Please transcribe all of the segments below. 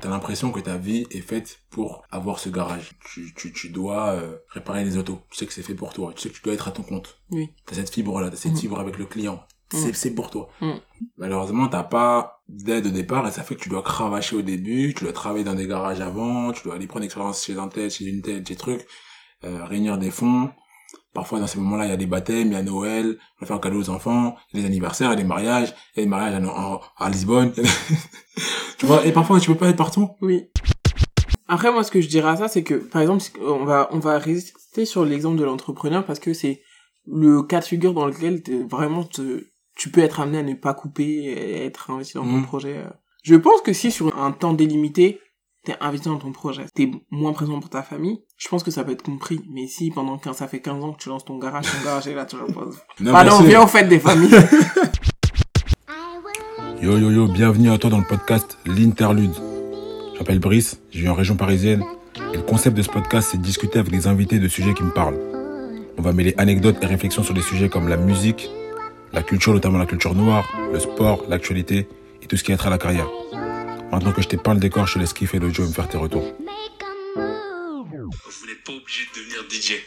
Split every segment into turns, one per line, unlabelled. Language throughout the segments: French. T'as l'impression que ta vie est faite pour avoir ce garage. Tu, tu, tu dois euh, réparer les autos. Tu sais que c'est fait pour toi. Tu sais que tu dois être à ton compte.
Oui.
T'as cette fibre-là, t'as cette fibre avec le client. C'est, c'est pour toi.
Mm.
Malheureusement, t'as pas d'aide au départ et ça fait que tu dois cravacher au début, tu dois travailler dans des garages avant, tu dois aller prendre expérience chez un tel, chez une telle, chez trucs, euh, réunir des fonds. Parfois, dans ces moments-là, il y a des baptêmes, il y a Noël, on va faire un cadeau aux enfants, il y a des anniversaires, il y a des mariages, il y a des mariages à, No- en- à Lisbonne. tu vois, et parfois, tu peux pas être partout.
Oui. Après, moi, ce que je dirais à ça, c'est que, par exemple, on va, on va résister sur l'exemple de l'entrepreneur parce que c'est le cas de figure dans lequel t'es- vraiment te- tu peux être amené à ne pas couper et être investi dans ton
Mhm.
projet. euh. Je pense que si sur un temps délimité, t'es investi dans ton projet, t'es moins présent pour ta famille, je pense que ça peut être compris. Mais si pendant 15, ça fait 15 ans que tu lances ton garage, ton garage est là, tu le poses.
Non,
Bah
bien
non,
sûr.
viens au fait des familles.
Yo yo yo, bienvenue à toi dans le podcast L'Interlude. Je m'appelle Brice, je vis en région parisienne et le concept de ce podcast c'est de discuter avec des invités de sujets qui me parlent. On va mêler anecdotes et réflexions sur des sujets comme la musique, la culture, notamment la culture noire, le sport, l'actualité et tout ce qui a trait à la carrière.
Oh,
Maintenant que je t'ai peint le décor, je te laisse kiffer l'audio et me faire tes retours.
Make a move.
Vous n'êtes pas obligé de devenir DJ.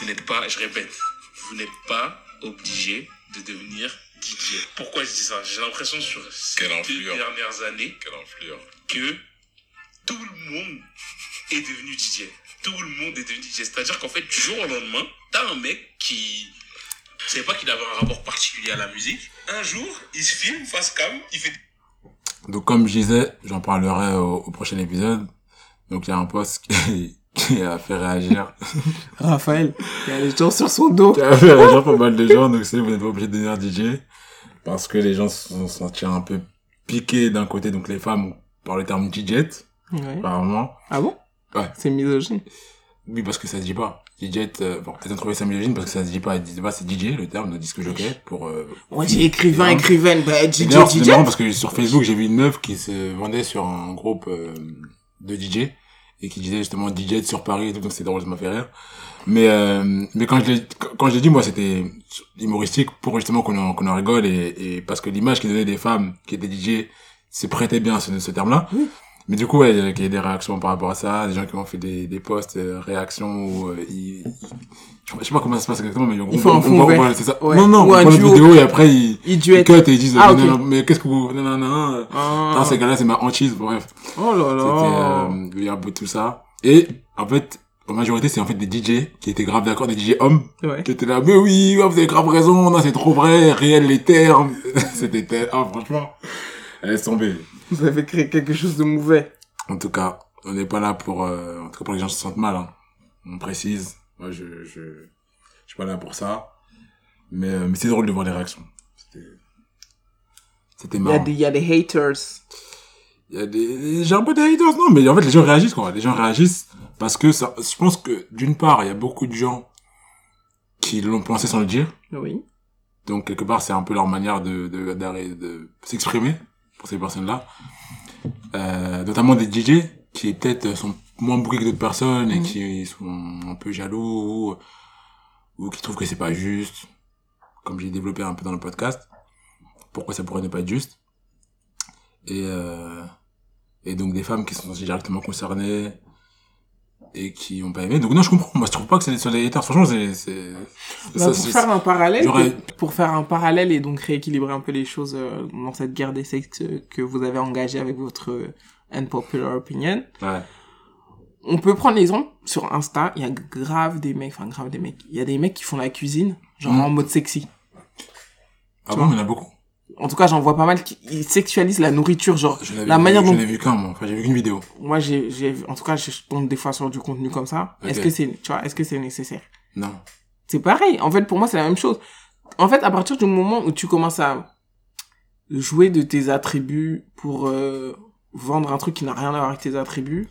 Vous n'êtes pas, je répète, vous n'êtes pas obligé de devenir DJ. Pourquoi je dis ça J'ai l'impression sur ces
Quelle
deux
influence.
dernières années
Quelle influence.
que tout le monde est devenu DJ. Tout le monde est devenu DJ. C'est-à-dire qu'en fait, du jour au lendemain, t'as un mec qui ne savait pas qu'il avait un rapport particulier à la musique. Un jour, il se filme face cam, il fait
Donc comme je disais, j'en parlerai au, au prochain épisode. Donc il y a un post qui, qui a fait réagir
Raphaël, il y a les gens sur son dos.
qui a fait réagir pas mal de gens, donc c'est vous n'êtes pas obligé de devenir DJ. Parce que les gens se sont sentis un peu piqués d'un côté, donc les femmes, par le terme DJ,
Ouais.
apparemment.
Ah bon
Ouais.
C'est misogyne.
Oui, parce que ça se dit pas. DJ, euh, bon, peut-être trouvé ça misogyne parce que ça se dit pas. Ils disent pas c'est DJ le terme de disque jockey pour. Euh...
On dit écrivain,
Et non.
écrivaine, bah,
Et
DJ,
d'ailleurs, c'est
DJ.
marrant parce que sur Facebook, j'ai vu une meuf qui se vendait sur un groupe euh, de DJ et qui disait justement DJ sur Paris et tout, donc c'est drôle, ça m'a fait rire. Mais euh, mais quand je l'ai quand je l'ai dit, moi, c'était humoristique pour justement qu'on en, qu'on en rigole et, et parce que l'image qui donnait des femmes qui étaient DJ se prêtait bien à ce, ce terme-là.
Oui.
Mais du coup, ouais, il y a des réactions par rapport à ça, des gens qui ont fait des, des posts, euh, réactions, ou euh, ils- ils- je sais pas comment ça se passe exactement, mais en gros,
font un
on- on
fond
voit-
vert.
ouais, c'est ça.
Ouais.
Non, non,
Ou
on voit
un
une
duo.
vidéo et après, ils,
Il
ils cut et ils disent,
Ah,
euh,
ok.
non, non, mais qu'est-ce que vous, non, non, non, euh,
Ah.
dans ces cas-là, c'est ma hantise, bref.
Oh là
C'était,
là.
euh, il y a un peu de tout ça. Et, en fait, en majorité, c'est en fait des DJ qui étaient grave d'accord, des DJ hommes,
Ouais.
qui étaient là, mais oui, ouais, vous avez grave raison, non, c'est trop vrai, réel les termes. C'était, tel- ah, franchement, laisse tomber.
Vous avez créé quelque chose de mauvais.
En tout cas, on n'est pas là pour, euh, en tout cas pour que les gens se sentent mal. Hein. On précise. Moi, je, je, je suis pas là pour ça. Mais, euh, mais c'est drôle de voir les réactions. C'était- C'était
Il y, a
marrant.
des, il y a des haters.
Il y a des, j'ai un peu des haters, non, mais en fait, les gens réagissent, quoi. Les gens réagissent parce que ça, je pense que d'une part, il y a beaucoup de gens qui l'ont pensé sans le dire.
Oui.
Donc quelque part, c'est un peu leur manière de de, d'arrêt- de s'exprimer pour ces personnes-là, Euh, notamment des DJ qui peut-être euh, sont moins bouqués que d'autres personnes et
Mhm.
qui sont un peu jaloux ou, ou qui trouvent que c'est pas juste, comme j'ai développé un peu dans le podcast. Pourquoi ça pourrait ne pas être juste Et euh, et donc des femmes qui sont senties directement concernées et qui ont pas aimé. Donc non, je comprends. Moi, je trouve pas que c'est sur les haters. Franchement, c'est c'est
Bah,
ça,
pour
c'est-
faire un parallèle,
j'aurais-
que- pour faire un parallèle et donc rééquilibrer un peu les choses euh, dans cette guerre des sexes euh, que vous avez engagée avec votre euh, unpopular opinion,
ouais.
on peut prendre l'exemple sur Insta, il y a grave des mecs, enfin grave des mecs, il y a des mecs qui font la cuisine genre
Mhm.
en mode sexy.
Ah
Tu
bon,
vois.
il y en a beaucoup.
En tout cas, j'en vois pas mal qui ils sexualisent la nourriture, genre
Je l'avais
la
vu-
manière
je
dont
l'ai vu qu'un, moi. Enfin, j'ai vu qu'une vidéo.
moi j'ai j'ai en tout cas je tombe des fois sur du contenu comme ça
Ok.
est-ce que c'est tu vois est-ce que c'est nécessaire
Non.
c'est pareil en fait pour moi c'est la même chose en fait à partir du moment où tu commences à jouer de tes attributs pour euh, vendre un truc qui n'a rien à voir avec tes attributs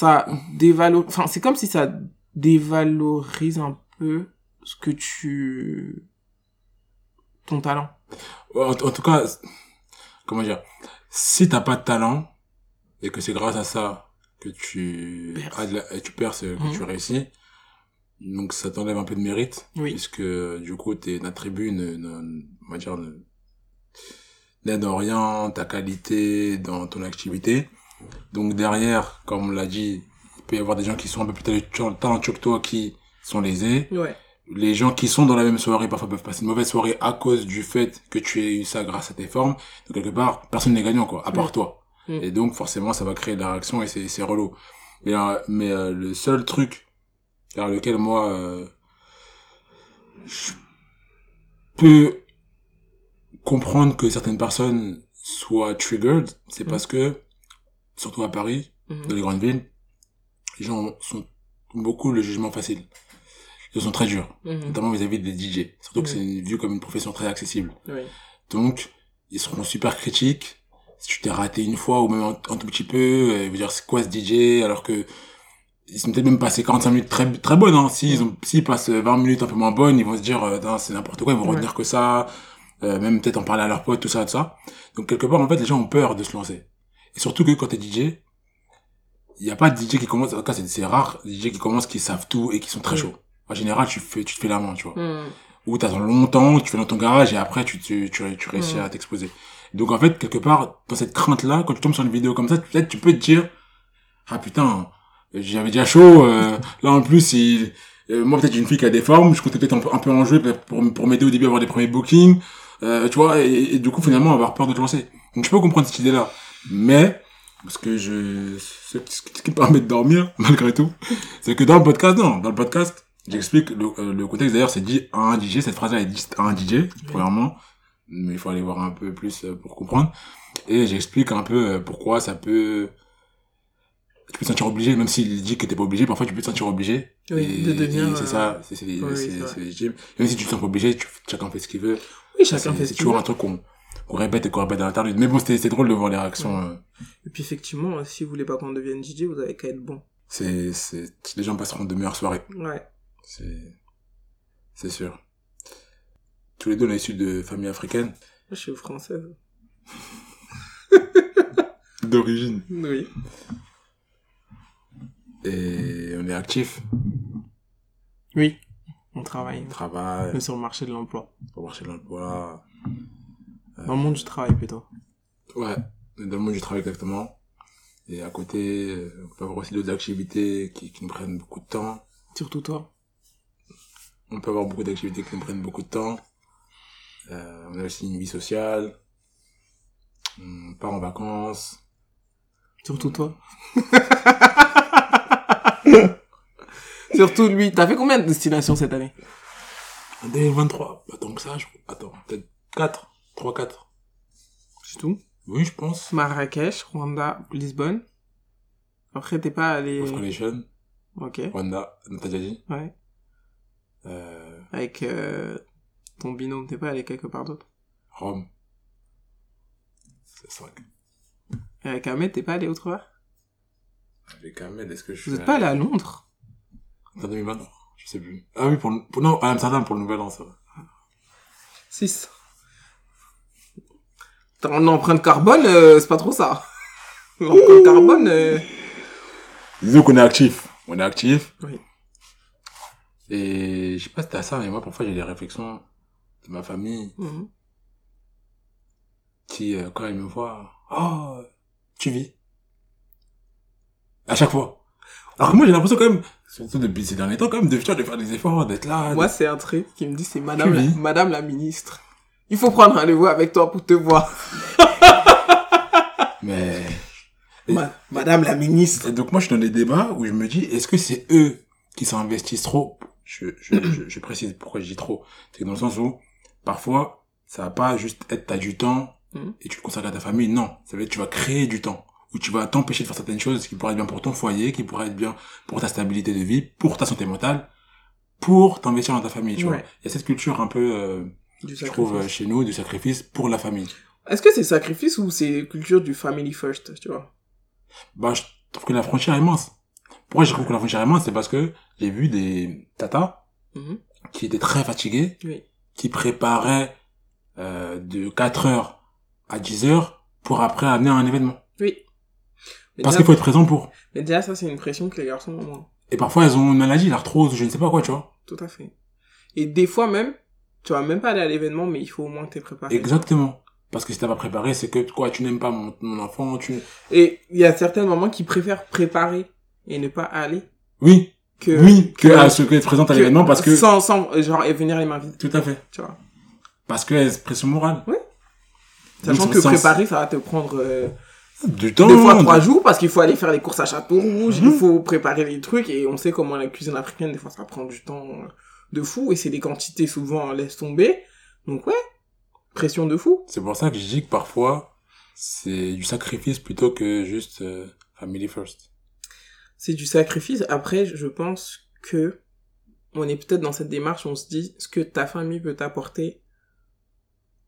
ça dévalorise enfin c'est comme si ça dévalorise un peu ce que tu ton talent
Ouais, En, en tout cas, c- comment dire, si t'as pas de talent et que c'est grâce à ça que tu
Perce.
as de la- et tu perces, que
Mhm.
tu réussis, donc ça t'enlève un peu de mérite,
Oui.
puisque du coup tes attributs ne, ne- on va dire, ne- n'aident en rien ta qualité dans ton activité. Donc derrière, comme on l'a dit, il peut y avoir des gens qui sont un peu plus talentueux talentueux que toi qui sont lésés.
Ouais.
Les gens qui sont dans la même soirée parfois peuvent passer une mauvaise soirée à cause du fait que tu aies eu ça grâce à tes formes. Donc quelque part, personne n'est gagnant quoi, à part
Mm.
toi.
Mm.
Et donc forcément, ça va créer de la réaction et c'est c'est relou. Mais, euh, mais euh, le seul truc vers lequel moi euh, je peux comprendre que certaines personnes soient triggered, c'est
Mm.
parce que surtout à Paris,
Mhm.
dans les grandes villes, les gens sont ont beaucoup le jugement facile. Ils sont très durs,
Mhm.
notamment vis-à-vis des DJ. Surtout que
Mm.
c'est une- vu comme une profession très accessible.
Ouais.
Donc, ils seront super critiques. Si tu t'es raté une fois ou même un, un tout petit peu, euh, ils vont dire c'est quoi ce DJ alors que ils sont peut-être même passés 45 minutes très très bonnes. Hein. S'ils
Mm.
ont s'ils passent 20 minutes un peu moins bonnes, ils vont se dire euh, Tain, c'est n'importe quoi, ils vont
Ouais.
retenir que ça. euh, même peut-être en parler à leurs potes, tout ça, tout ça. Donc quelque part, en fait, les gens ont peur de se lancer. Et surtout que quand t'es DJ, il n'y a pas de DJ qui commence. En tout cas, c'est c'est rare les DJ qui commencent, qui savent tout et qui sont très
Mm.
chauds. En général, tu fais tu te fais la main, tu vois
Mhm.
où t'attends longtemps, tu fais dans ton garage et après tu, tu, tu, tu réussis
Mm.
à t'exposer. Donc en fait, quelque part, dans cette crainte-là, quand tu tombes sur une vidéo comme ça, tu- peut-être tu peux te dire, ah putain, j'avais déjà chaud, euh, là en plus, il, euh, moi peut-être j'ai une fille qui a des formes, je comptais peut-être un, peu- un peu en jouer peut-être pour, pour m'aider au début à avoir des premiers bookings, euh, tu vois, et, et du coup finalement avoir peur de te lancer. Donc je peux comprendre cette idée-là, mais, parce que je, ce, qui- ce qui me permet de dormir, malgré tout, c'est que dans le podcast, non, dans le podcast, J'explique, le, euh, le contexte d'ailleurs c'est dit à un DJ, cette phrase-là est dit à un DJ, premièrement, mais il faut aller voir un peu plus euh, pour comprendre. Et j'explique un peu euh, pourquoi ça peut... Tu peux te sentir obligé, même s'il dit que t'es pas obligé, parfois tu peux te sentir obligé.
Oui,
Et-
de devenir,
et C'est
euh,
ça, c'est c'est-
oui, c'est
c'est-
vrai.
c'est légitime. Même si tu te sens pas obligé, tu, chacun fait ce qu'il veut.
Oui,
C'est-
chacun fait ce
C'est
qu'il veut.
toujours un truc qu'on qu'on répète et qu'on répète à l'interlude. Mais bon, c'était c'était drôle de voir les réactions. euh,
Et puis effectivement, euh, si vous voulez pas qu'on devienne DJ, vous avez qu'à être bon.
C'est, c'est, les gens passeront de meilleures soirées.
Ouais.
C'est, c'est sûr. Tous les deux, on est issus de familles africaines.
Moi, Je suis française.
D'origine.
Oui.
Et on est actifs.
Oui. On travaille.
On travaille,
Mais sur le marché de l'emploi.
on marche de l'emploi.
Dans le monde du travail plutôt.
Ouais, on est dans le monde du travail exactement. Et à côté, euh, on peut avoir aussi d'autres activités qui, qui nous prennent beaucoup de temps.
Surtout toi.
On peut avoir beaucoup d'activités qui nous prennent beaucoup de temps. Euh, on a aussi une vie sociale. On part en vacances.
Surtout toi. Surtout lui. T'as fait combien de destinations cette année
En 2023, pas tant que ça, je crois. Attends, peut-être 4, 3, 4.
C'est tout.
Oui, je pense.
Marrakech, Rwanda, Lisbonne. Après, t'es pas allé.
Off Collection,
Ok.
Rwanda, Natalia dit.
Ouais.
Euh,
Avec euh, ton binôme, t'es pas allé quelque part d'autre.
Rome. C'est 5.
Et avec Ahmed, t'es pas allé autre part
Avec Ahmed, est-ce que je
Vous
suis
êtes pas allé à Londres
En 2023, je sais plus. Ah oui, pour, le- pour non, à Amsterdam pour le nouvel an, ça va.
6. En empreinte carbone, euh, c'est pas trop ça. L'empreinte carbone. euh,
Disons qu'on est actif. On est actif.
Oui.
Et je sais pas si t'as ça, mais moi, parfois, j'ai des réflexions de ma famille
mhm.
qui, euh, quand ils me voient, oh, tu vis. À chaque fois. Alors que moi, j'ai l'impression quand même, surtout depuis ces derniers temps, quand même, de, de faire des efforts, d'être là.
Moi, c'est un truc qui me dit c'est madame, la,
vis
madame la ministre. Il faut prendre rendez-vous avec toi pour te voir.
Mais... Et-
Ma- madame la ministre.
Et donc moi je suis dans des débats où je me dis est-ce que c'est eux qui s'investissent trop je, je, je, je précise pourquoi je dis trop. C'est dans le sens où parfois ça va pas juste être t'as du temps
Mhm.
et tu le consacres à ta famille. Non, ça veut dire que tu vas créer du temps où tu vas t'empêcher de faire certaines choses qui pourraient être bien pour ton foyer, qui pourraient être bien pour ta stabilité de vie, pour ta santé mentale, pour t'investir dans ta famille. Tu vois,
Ouais.
il y a cette culture un peu, euh,
Du
je trouve, euh,
sacrifice.
chez nous, du sacrifice pour la famille.
Est-ce que c'est sacrifice ou c'est culture du family first, tu vois
Bah, je trouve que la frontière est mince. Pourquoi je trouve que la frontière est mince C'est parce que j'ai vu des tatas
Mhm.
qui étaient très fatigués,
Oui.
qui préparaient euh, de 4h à 10h pour après amener à un événement.
Oui. Mais
Parce
déjà,
qu'il faut être présent pour.
mais déjà, ça, c'est une pression que les garçons ont moins.
Et parfois, elles ont une maladie, l'arthrose, je ne sais pas quoi, tu vois.
Tout à fait. Et des fois même, tu vas même pas aller à l'événement, mais il faut au moins que t'aies préparé.
Exactement. Parce que si t'as pas préparé, c'est que quoi, tu n'aimes pas mon, mon enfant, tu.
Et il y a certaines mamans qui préfèrent préparer et ne pas aller
Oui,
que.
oui, que, à ce que être présente à
que-
l'événement parce que.
Sans, sans, euh, genre, et venir les mains vides,
Tout à fait.
tu vois.
Parce que c'est pression morale.
Oui. Sachant
Donc,
que
sans-
préparer, ça va te prendre euh,
Du temps.
deux fois
de- Mhm.
trois jours parce qu'il faut aller faire les courses à Château Rouge, il faut préparer les trucs et on sait comment la cuisine africaine, des fois, ça prend du temps euh, de fou et c'est des quantités souvent laisse tomber. Donc, ouais, pression de fou.
C'est pour ça que je dis que parfois, c'est du sacrifice plutôt que juste euh, family first.
c'est du sacrifice. Après, je pense que on est peut-être dans cette démarche, on se dit ce que ta famille peut t'apporter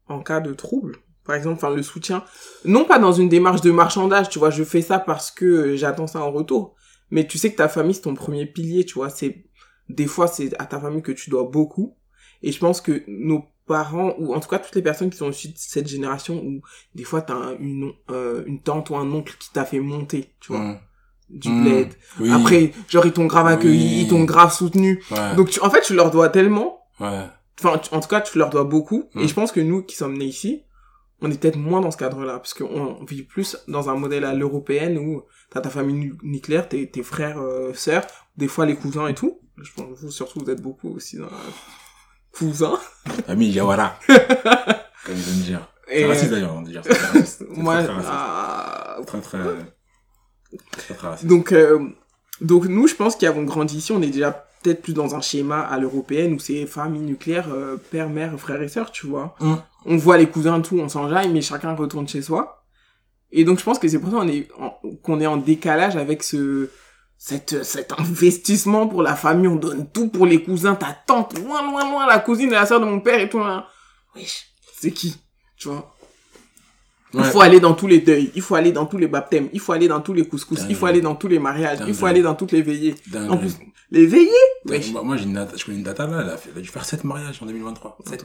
en cas de trouble. Par exemple, enfin, le soutien. Non pas dans une démarche de marchandage, tu vois, je fais ça parce que euh, j'attends ça en retour. Mais tu sais que ta famille, c'est ton premier pilier, tu vois. C'est, des fois, c'est à ta famille que tu dois beaucoup. Et je pense que nos parents, ou en tout cas toutes les personnes qui sont issues de cette génération où des fois t'as un- une, euh, une tante ou un oncle qui t'a fait monter, tu vois,
Mm.
du
Mm.
bled,
Oui.
après, genre, ils t'ont grave accueilli,
Oui.
ils t'ont grave soutenu.
Ouais.
Donc, tu- en fait, tu leur dois tellement.
ouais.
Enfin, tu- en tout cas, tu leur dois beaucoup.
Mm.
Et je pense que nous, qui sommes nés ici, on est peut-être moins dans ce cadre-là. Parce qu'on vit plus dans un modèle à l'européenne où t'as ta famille nu- nucléaire, tes, tes frères, euh, sœurs, des fois les cousins et tout. Je pense que vous, surtout, vous êtes beaucoup aussi dans la... cousins.
Ami Yawara. Comme je viens de dire.
Et
C'est raciste d'ailleurs, on dit. C'est très raciste. C'est
moi,
très, très raciste.
ah,
Très, très- très, très raciste.
Donc, euh, donc nous, je pense qu'avant grandi ici, on est déjà peut-être plus dans un schéma à l'européenne où c'est famille nucléaire, euh, père, mère, frère et sœur, tu vois.
Mm.
On voit les cousins, tout, on s'enjaille, mais chacun retourne chez soi. Et donc, je pense que c'est pour ça qu'on est, en- qu'on est en décalage avec ce, cette, cet investissement pour la famille. On donne tout pour les cousins, ta tante, loin, loin, loin, la cousine et la sœur de mon père et tout. Hein. Wesh, c'est qui Tu vois il
Ouais.
faut aller dans tous les deuils, il faut aller dans tous les baptêmes, il faut aller dans tous les couscous, il
Dingue.
faut aller dans tous les mariages, il
Dingue.
faut aller dans toutes les veillées.
Dingue.
En plus, les veillées
Dingue.
wesh.
Moi, moi, j'ai une data- je connais une data là, elle a, fait- elle a dû faire 7 mariages en 2023. 7.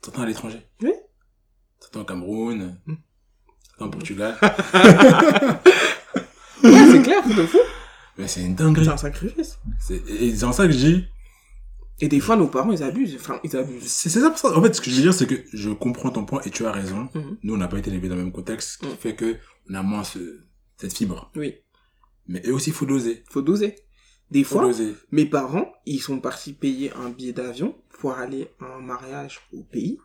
Certains à l'étranger.
Oui.
Certains au Cameroun.
Mm.
Certains au Portugal.
Ouais, c'est clair, de fou.
Mais c'est une dinguerie.
C'est un sacrifice.
C'est- Et et c'est en ça que je dis,
Et des fois, nos parents, ils abusent. Enfin, ils abusent.
C'est c'est ça pour ça. En fait, ce que je veux dire, c'est que je comprends ton point et tu as raison.
Mhm.
Nous, on n'a pas été élevés dans le même contexte, ce qui
Mhm.
fait que on a moins ce, cette fibre.
Oui,
Mais eux aussi, faut doser.
faut doser. Des
Faut
fois,
doser.
mes parents, ils sont partis payer un billet d'avion pour aller à un mariage au pays.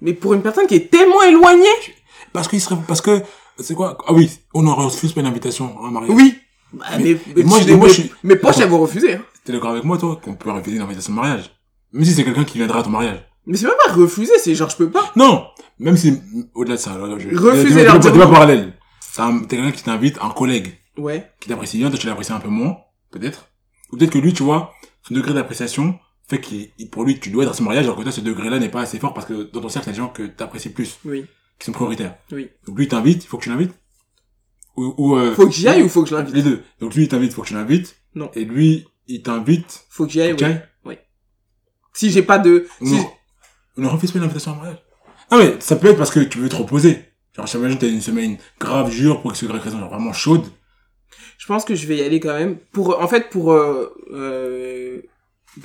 Mais pour une personne qui est tellement éloignée.
Parce que, parce que, c'est quoi Ah oui, on ne refuse pas une invitation à un mariage.
Oui. Bah,
Mais-
mais,
mais moi,
tu-
je- moi,
mes-
je suis-
mes poches, elles vont refuser. hein.
T'es d'accord avec moi, toi, qu'on peut refuser une invitation de mariage Même si c'est quelqu'un qui viendra à ton mariage.
Mais c'est même pas refuser, c'est genre, je peux pas.
Non Même si, au-delà de ça, alors, je,
Refuser
débat-
leur
débat-
dire
débat
non.
parallèle. C'est un- t'es quelqu'un qui t'invite, un collègue
Ouais.
qui t'apprécie bien, toi tu l'apprécies un peu moins, peut-être. Ou peut-être que lui, tu vois, son degré d'appréciation fait qu'il, il- pour lui, tu dois être à ce mariage, alors que toi, ce degré-là n'est pas assez fort parce que dans ton cercle, il y a des gens que t'apprécies plus,
Oui.
qui sont prioritaires.
Oui.
Donc lui, il t'invite, il faut que tu l'invites. Ou, ou, euh,
Faut que j'y aille ou faut que je l'invite?
Les deux. Donc lui, il t'invite, il faut que tu l'invites.
Non.
Et lui, il t'invite,
Faut que j'y aille,
ok
ouais. Si j'ai pas de.
on,
Si...
ne- on ne refuse pas une invitation à un mariage. Ah mais ça peut être parce que tu veux te reposer. Genre, j'imagine que t'as une semaine grave dure pour que ce raison, genre vraiment chaude.
Je pense que je vais y aller quand même. Pour, en fait, pour euh, euh,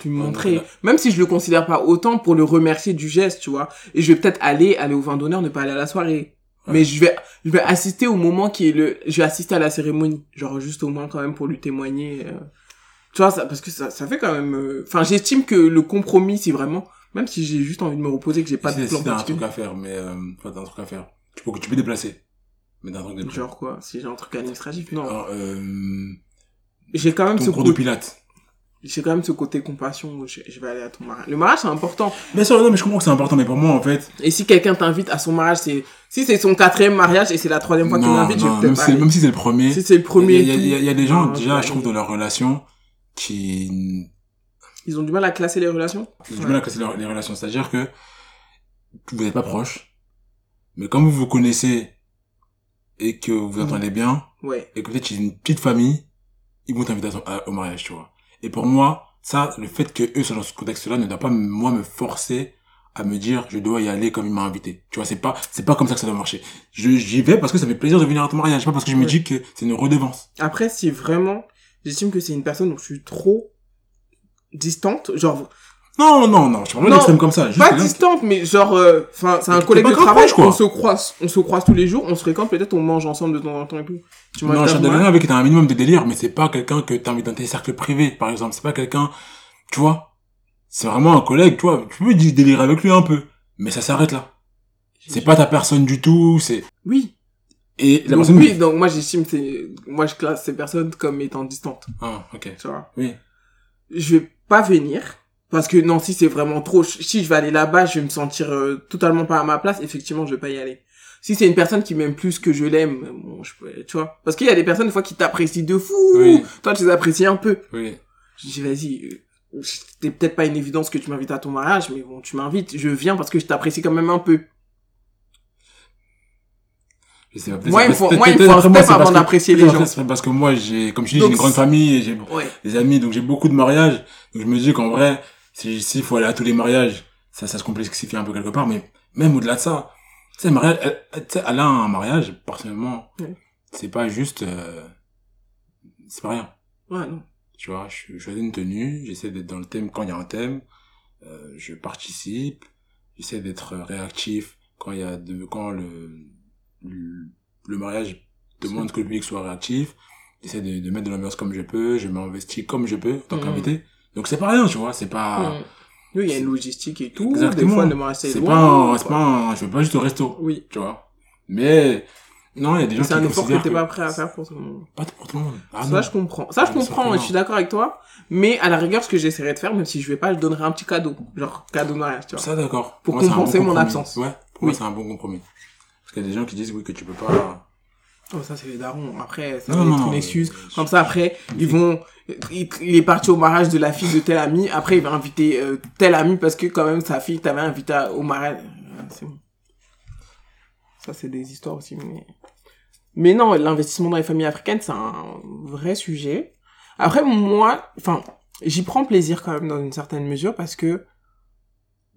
lui montrer.
voilà.
Même si je le considère pas autant, pour le remercier du geste, tu vois. Et je vais peut-être aller, aller au vin d'honneur, ne pas aller à la soirée.
Ouais.
Mais je vais, je vais assister au moment qui est le. Je vais assister à la cérémonie. Genre, juste au moins quand même pour lui témoigner. euh, Tu vois, ça, parce que ça, ça fait quand même. euh, Enfin, j'estime que le compromis, c'est vraiment. Même si j'ai juste envie de me reposer, que j'ai pas
si,
de
si
plan
t'as un
particulier.
truc à faire, mais euh, enfin, t'as un truc à faire. Tu peux, tu peux déplacer. Mais t'as un truc de
Genre quoi Si j'ai un truc administratif Non.
Alors, euh,
J'ai quand même ce
Ah, ton cours
côté-
de pilates.
j'ai quand même ce côté compassion où je, je vais aller à ton mariage. Le mariage, c'est important.
Bien sûr, non, mais je comprends que c'est important, mais pour moi, en fait,
Et si quelqu'un t'invite à son mariage, c'est, si c'est son quatrième mariage et c'est la troisième fois qu'il
non,
m'invite, je vais
non, même,
peut-être
si
pas
c'est-
aller.
même si c'est le premier,
Si c'est le
il y,
premier
a-
et
il y a-
tout,
il y a des gens,
non,
déjà,
ouais.
je trouve, dans leur relation, qui
Ils ont du mal à classer les relations?
J'ai du mal à classer leur- les relations. C'est-à-dire que vous n'êtes pas proches, mais comme vous vous connaissez et que vous vous
Mhm.
entendez bien,
Ouais.
et que peut-être une petite famille, ils vont t'inviter à ton- à- au mariage, tu vois. Et pour moi, ça, le fait que eux soient dans ce contexte-là ne doit pas, moi, me forcer à me dire, je dois y aller comme il m'a invité. Tu vois, c'est pas, c'est pas comme ça que ça doit marcher. Je, j'y vais parce que ça fait plaisir de venir à ton mariage, pas parce que je me
Ouais.
dis que c'est une redevance.
Après, si vraiment, j'estime que c'est une personne dont je suis trop distante, genre,
Non, non, non, je parle pas
Non,
d'extrême comme ça. Juste
Pas
là,
distante, mais genre, euh, enfin, c'est un
T'es
collègue
pas
de
grand
travail,
proche, quoi.
on se croise, on se croise tous les jours, on se fréquente, peut-être on mange ensemble de temps en temps et tout. Tu
Non,
m'invites à
Charles
moi.
Delano avec t'as un minimum de délire, mais c'est pas quelqu'un que t'invites dans tes cercles privés, par exemple. C'est pas quelqu'un, tu vois. C'est vraiment un collègue, tu vois. Tu peux dé- délirer avec lui un peu, mais ça s'arrête là. C'est pas ta personne du tout, c'est...
Oui.
Et la
Donc,
personne...
oui, donc moi j'estime, c'est, moi je classe ces personnes comme étant distantes,
Ah, ok.
tu vois.
Oui.
Je vais pas venir. Parce que non, si c'est vraiment trop, je- si je vais aller là-bas, je vais me sentir euh, totalement pas à ma place. Effectivement, je vais pas y aller. Si c'est une personne qui m'aime plus que je l'aime, bon, je peux, tu vois. Parce qu'il y a des personnes des fois qui t'apprécient de fou.
Oui.
Toi, tu les apprécies un peu.
Oui.
Je dis, vas-y, euh, c'était peut-être pas une évidence que tu m'invites à ton mariage, mais bon, tu m'invites, je viens parce que je t'apprécie quand même un peu.
Je sais pas, peut-être-
Moi, il me faut-
peut-être-
moi, il me
peut-être
faut un
vraiment,
step
c'est parce
avant
que-
d'apprécier les
peut-être
gens.
c'est Parce que moi, j'ai, comme je dis, j'ai
Donc,
une grande famille et j'ai
Ouais.
des amis, donc j'ai beaucoup de mariages. Donc je me dis qu'en vrai, si- s'il faut aller à tous les mariages, ça, ça se complexifie un peu quelque part, mais même au-delà de ça, tu sais, le mariage, elle- elle- tu sais, aller à un mariage, personnellement,
Ouais.
c'est pas juste, euh, c'est pas rien.
Ouais, non.
Tu vois, je je choisis une tenue, j'essaie d'être dans le thème quand il y a un thème, euh, je participe, j'essaie d'être euh, réactif quand il y a de, quand le, le, le mariage demande que le public soit réactif, j'essaie de, de mettre de l'ambiance comme je peux, je m'investis comme je peux en tant
Mhm.
qu'invité. Donc c'est pas rien, tu vois, c'est pas,
Mm. Oui, il y a une logistique et tout. Des
Ah. Exactement.
fois, le mariage,
c'est
loin,
pas, un- c'est
quoi.
pas, un- je vais pas juste au resto,
Oui.
tu vois. Mais, non, il y a des gens
C'est un
qui
effort que
considèrent
t'es pas prêt à faire pour tout le monde.
Pas pour tout le monde. Ah
ça,
non.
je comprends. Ça, je
Ah, mais
comprends,
certainement.
je suis d'accord avec toi. Mais à la rigueur, ce que j'essaierai de faire, même si je vais pas, je donnerai un petit cadeau. Genre, cadeau de mariage, tu vois.
Ça, d'accord.
Pour
moi, c'est un
compenser
bon
mon
compromis.
absence.
Ouais, pour moi,
Oui.
c'est un bon compromis. Parce qu'il y a des gens qui disent, oui, que tu peux pas...
Oh, ça, c'est les darons. Après, ça
Non,
va
non,
être
non,
une excuse.
euh,
Comme ça, après, ils vont, il, il est parti au mariage de la fille de tel ami. Après, il va inviter euh, tel ami parce que quand même, sa fille t'avait invité à- au mariage. Euh, C'est bon. Ça, c'est des histoires aussi. Mais, mais non, l'investissement dans les familles africaines, c'est un vrai sujet. Après, moi, enfin, j'y prends plaisir quand même dans une certaine mesure parce que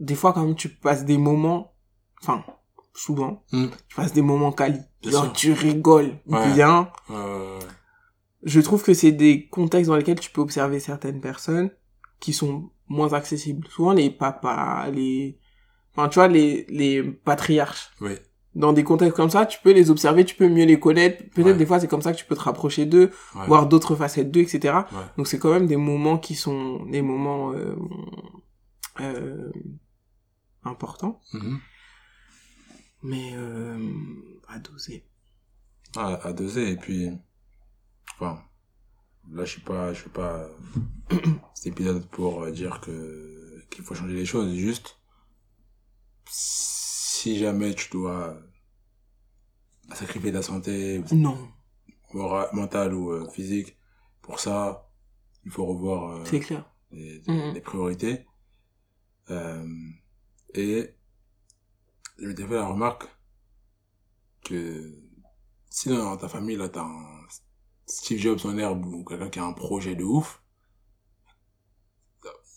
des fois, quand même, tu passes des moments, enfin, souvent,
Mm.
tu passes des moments quali.
Bien
Genre,
sûr.
tu rigoles
Ouais.
bien.
Euh...
Je trouve que c'est des contextes dans lesquels tu peux observer certaines personnes qui sont moins accessibles. Souvent, les papas, les, enfin, tu vois, les, les patriarches.
Oui.
Dans des contextes comme ça, tu peux les observer, tu peux mieux les connaître. Peut-être
Ouais.
des fois, c'est comme ça que tu peux te rapprocher d'eux,
Ouais.
voir d'autres facettes d'eux, etc.
Ouais.
Donc, c'est quand même des moments qui sont des moments, euh, euh, importants.
Mhm.
Mais, euh, à doser.
Ah, à doser, et puis... Enfin, là, je suis pas... Je suis pas... cet épisode pour euh, dire que qu'il faut changer les choses, juste... Si jamais tu dois sacrifier ta santé, ou
Non.
mora- mentale ou euh, physique, pour ça, il faut revoir... euh,
C'est clair.
des,
Mhm.
des priorités. Euh, et je m'étais fait la remarque que si dans ta famille, là, t'as un Steve Jobs en herbe ou quelqu'un qui a un projet de ouf,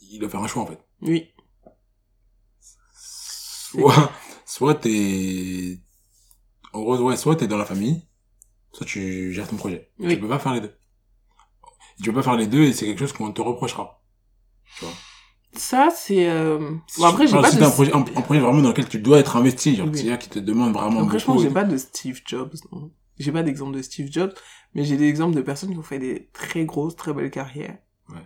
il doit faire un choix, en fait.
Oui.
Soit, soit t'es, en gros, ouais, soit t'es dans la famille, soit tu gères ton projet.
Oui.
Tu peux pas faire les deux. Tu peux pas faire les deux et c'est quelque chose qu'on te reprochera.
Ça, c'est, euh... bon,
Je
après, j'ai
parle
pas
si
de...
t'as un projet, un, un projet vraiment dans lequel tu dois être investi, genre,
Oui.
c'est-à-dire qui te demande vraiment
Après, je pense
beaucoup.
que j'ai pas de Steve Jobs. non. J'ai pas d'exemple de Steve Jobs, mais j'ai des exemples de personnes qui ont fait des très grosses, très belles carrières.
Ouais.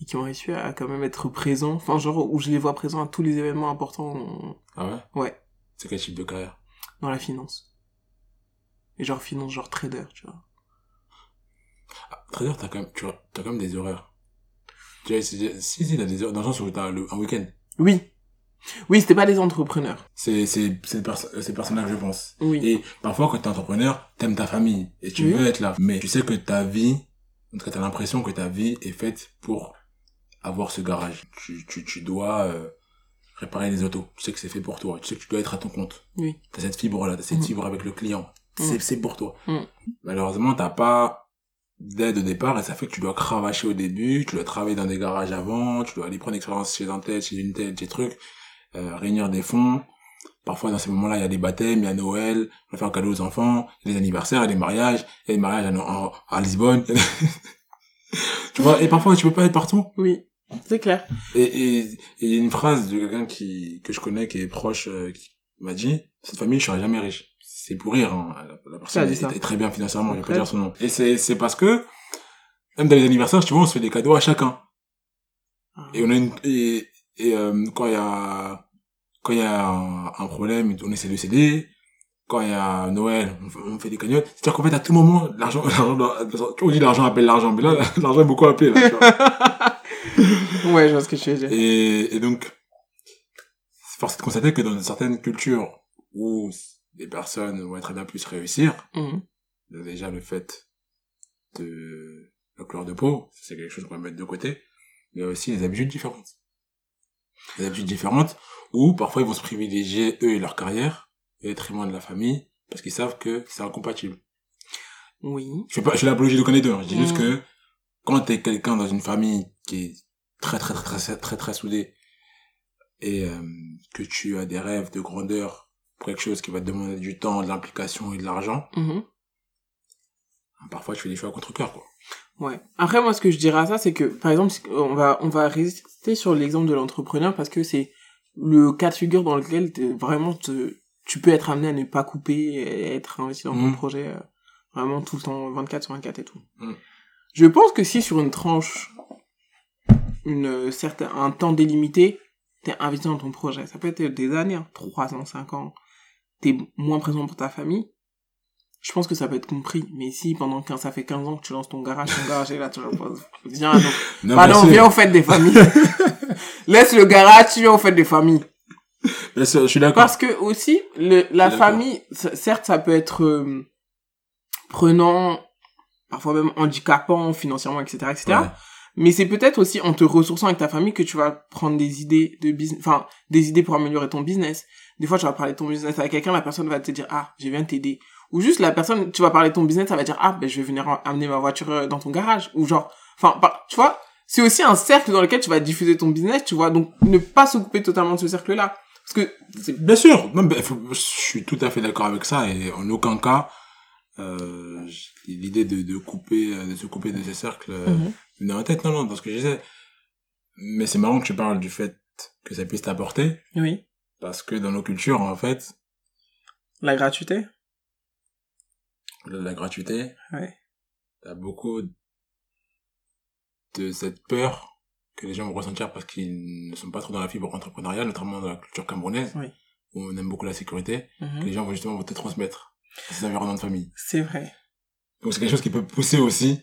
Et qui ont réussi à quand même être présents. Enfin, genre, où je les vois présents à tous les événements importants
Ah ouais?
Ouais.
C'est quel type de carrière?
dans la finance. Et genre finance, genre trader, tu vois.
Ah, trader, t'as quand même, tu vois, t'as quand même des horaires. Tu vois, c'est- si, si, t'as des horaires, dans le sens où t'as le, un week-end.
Oui. Oui, c'était pas des entrepreneurs.
C'est, c'est, c'est, perso- c'est personnel, je pense.
Oui.
Et parfois, quand t'es entrepreneur, t'aimes ta famille et tu
Oui.
veux être là. Mais tu sais que ta vie, en tout cas, t'as l'impression que ta vie est faite pour avoir ce garage. Tu, tu, tu dois euh, réparer les autos. Tu sais que c'est fait pour toi. Tu sais que tu dois être à ton compte.
Oui.
T'as cette fibre-là, t'as cette
Mm.
fibre avec le client.
Mm.
C'est, c'est pour toi.
Mm.
Malheureusement, t'as pas d'aide au départ et ça fait que tu dois cravacher au début, tu dois travailler dans des garages avant, tu dois aller prendre expérience chez un tel, chez une telle, chez trucs, euh, réunir des fonds. Parfois, dans ces moments-là, il y a des baptêmes, il y a Noël, on va faire cadeau aux enfants, il y a des anniversaires, il y a des mariages, il y a des mariages à, No- en- à Lisbonne. tu vois, et parfois, tu peux pas être partout.
Oui. C'est clair.
Et et- et il y a une phrase de quelqu'un qui que je connais qui est proche euh, qui m'a dit cette famille je serai jamais riche. C'est pour rire hein. la, la personne
dit
est,
ça.
est très bien financièrement, je vais pas
Ouais.
dire son nom. Et c'est c'est parce que même dans les anniversaires, tu vois, on se fait des cadeaux à chacun. Et on a une et, et euh, quand il y a quand il y a un, un problème, on essaie de s'aider. Quand il y a Noël, on fait, on fait des cagnottes. C'est-à-dire qu'en fait, à tout moment, l'argent, l'argent, l'argent- on dit l'argent appelle l'argent, mais là, l'argent est beaucoup appelé, là, tu vois.
Ouais, je vois ce que tu veux dire.
Et, et donc, force est de constater que dans certaines cultures où les personnes vont être bien plus réussir,
Mhm.
déjà le fait de la couleur de peau, c'est quelque chose qu'on va mettre de côté, mais aussi les habitudes différentes. Les habitudes différentes où parfois ils vont se privilégier eux et leur carrière, et être loin de la famille, parce qu'ils savent que c'est incompatible.
Oui.
Je fais pas, je suis l'apologie de aucun des deux, hein. je dis juste
Mhm.
que quand t'es quelqu'un dans une famille qui est très très très très très très, très soudée et euh, que tu as des rêves de grandeur pour quelque chose qui va te demander du temps, de l'implication et de l'argent, ben,
Mhm.
parfois tu fais des choix à contre-cœur, quoi.
Ouais. Après, moi, ce que je dirais à ça, c'est que, par exemple, c'est- on va, on va rester sur l'exemple de l'entrepreneur parce que c'est le cas de figure dans lequel t'es- vraiment te- tu peux être amené à ne pas couper et être investi dans ton
Mhm.
projet euh, vraiment tout le temps, 24 sur 24 et tout.
Mhm.
Je pense que si sur une tranche, une, euh, certain, un temps délimité, t'es investi dans ton projet, ça peut être des années, hein, 3 ans, 5 ans, t'es moins présent pour ta famille, je pense que ça peut être compris. Mais si pendant 15, ça fait 15 ans que tu lances ton garage, ton garage est là, tu le poses. Viens, donc.
Non,
Pardon,
bien,
viens
sûr,
aux fêtes des familles. Laisse le garage, tu viens aux fêtes des familles.
bien sûr, je suis d'accord.
Parce que aussi, le, la
D'accord.
famille, c- certes, ça peut être euh, prenant, parfois même handicapant financièrement, etc. etc.
Ouais.
Mais c'est peut-être aussi en te ressourçant avec ta famille que tu vas prendre des idées de business, enfin, des idées pour améliorer ton business. Des fois, tu vas parler de ton business avec quelqu'un, la personne va te dire, ah, je viens t'aider. Ou juste la personne, tu vas parler de ton business, ça va dire, ah, ben, je vais venir en- amener ma voiture euh, dans ton garage. Ou genre, enfin, par- tu vois, c'est aussi un cercle dans lequel tu vas diffuser ton business, tu vois. Donc, ne pas s'occuper totalement de ce cercle-là. Parce que, c'est-
Bien sûr, non, mais faut- je suis tout à fait d'accord avec ça et en aucun cas, euh, j- l'idée de, de couper, euh, de se couper de ce cercle euh,
Mhm.
venait en tête, non, non, dans ce que je disais. Mais c'est marrant que tu parles du fait que ça puisse t'apporter
oui,
parce que dans nos cultures, en fait,
la gratuité.
la, la gratuité,
Ouais.
t'as beaucoup de cette peur que les gens vont ressentir parce qu'ils ne sont pas trop dans la fibre entrepreneuriale, notamment dans la culture camerounaise,
Oui. Mmh.
où on aime beaucoup la sécurité, que les gens vont justement vont te transmettre à ces environnements de famille.
C'est vrai.
Donc c'est quelque chose qui peut pousser aussi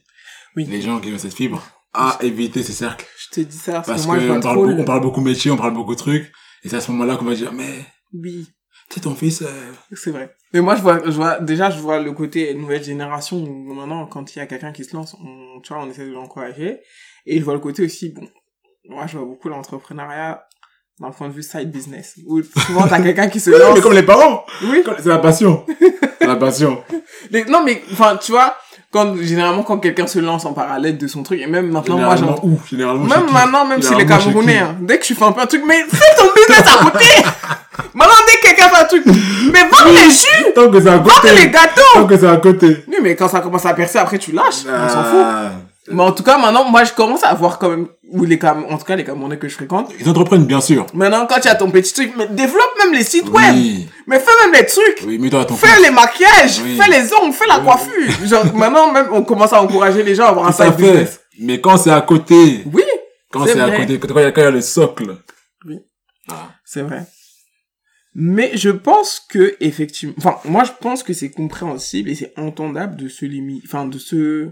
Oui.
les gens qui ont cette fibre à éviter ces cercles.
Je te dis ça parce,
Parce
que moi, je vois
qu'on parle,
trop
beaucoup-
le-
on parle beaucoup métier, on parle beaucoup de trucs, et c'est à ce moment-là qu'on va dire, mais,
Oui.
tu sais, ton fils, euh,
C'est vrai. Mais moi, je vois, je vois, déjà, je vois le côté nouvelle génération où maintenant, quand il y a quelqu'un qui se lance, on, tu vois, on essaie de l'encourager. Et je vois le côté aussi, bon, moi, je vois beaucoup l'entrepreneuriat d'un point de vue side business. Où souvent, t'as quelqu'un qui se
Oui,
lance.
mais comme les parents,
Oui.
c'est la passion. c'est la passion.
Les- Non, mais, enfin, tu vois, quand, généralement, quand quelqu'un se lance en parallèle de son truc, et même maintenant, moi, j'en
Généralement, où Généralement, chez
Même
qui
maintenant, même si les
Généralement, chez
Camerounais,
qui
hein, dès que je fais un peu un truc, mais fais ton business à côté Maintenant, dès que quelqu'un fait un truc, mais vends les jus
Tant que c'est à
Vends les
côté.
gâteaux
Tant que c'est à côté.
Oui, mais quand ça commence à percer, après, tu lâches. On s'en fout.
Ah.
Mais en tout cas, maintenant, moi, je commence à voir quand même, ou les Cam... en tout cas, les Camerounais que je fréquente.
Ils entreprennent, bien sûr.
Maintenant, quand tu as ton petit truc, mais développe même les sites web.
Oui.
Mais fais même les trucs.
Oui, mets-toi à ton
Fais les maquillages,
Oui.
fais les ongles, fais la coiffure. Genre, maintenant, même, on commence à encourager les gens à avoir un
Tout à
side business.
fait. Mais quand c'est à côté,
Oui,
quand
C'est
c'est à
vrai.
côté, quand il y a- quand il y a le socle.
Oui.
Ah.
C'est vrai. Mais je pense que effectivement, enfin moi je pense que c'est compréhensible et c'est entendable de se limiter, enfin de se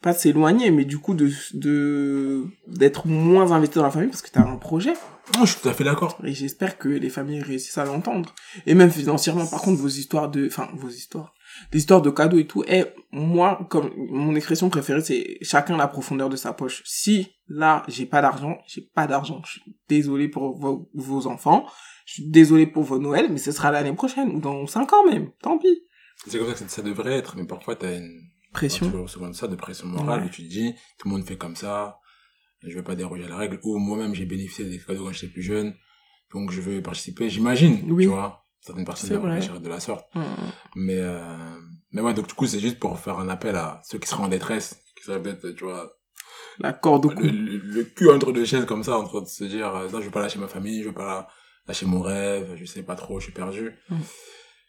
pas de s'éloigner, mais du coup de de d'être moins investi dans la famille parce que t'as un projet.
Non, je suis tout à fait d'accord.
Et j'espère que les familles réussissent à l'entendre. Et même financièrement, par contre, vos histoires de, enfin vos histoires, des histoires de cadeaux et tout. Et moi, comme mon expression préférée, c'est chacun la profondeur de sa poche. Si là j'ai pas d'argent, j'ai pas d'argent. Je suis désolé pour vos, vos enfants. Je suis désolé pour vos Noël, mais ce sera l'année prochaine ou dans cinq ans même. Tant pis.
C'est comme ça que ça devrait être, mais parfois t'as une,
Pression.
toujours souvent de ça, de pression morale,
Ouais.
où tu te dis, tout le monde fait comme ça, je vais pas déroger à la règle, ou moi-même j'ai bénéficié des cadeaux quand j'étais plus jeune, donc je veux participer, j'imagine,
Oui.
tu vois, certaines personnes
C'est
devraient
vrai.
réagir de la sorte.
Mmh.
Mais, euh, mais ouais, donc du coup, c'est juste pour faire un appel à ceux qui seraient en détresse, qui seraient peut-être, tu vois,
La corde au cou.
le, le- le cul entre deux chaises comme ça, en train de se dire, euh, non, je veux pas lâcher ma famille, je veux pas lâcher mon rêve, je sais pas trop, je suis perdu.
Mm.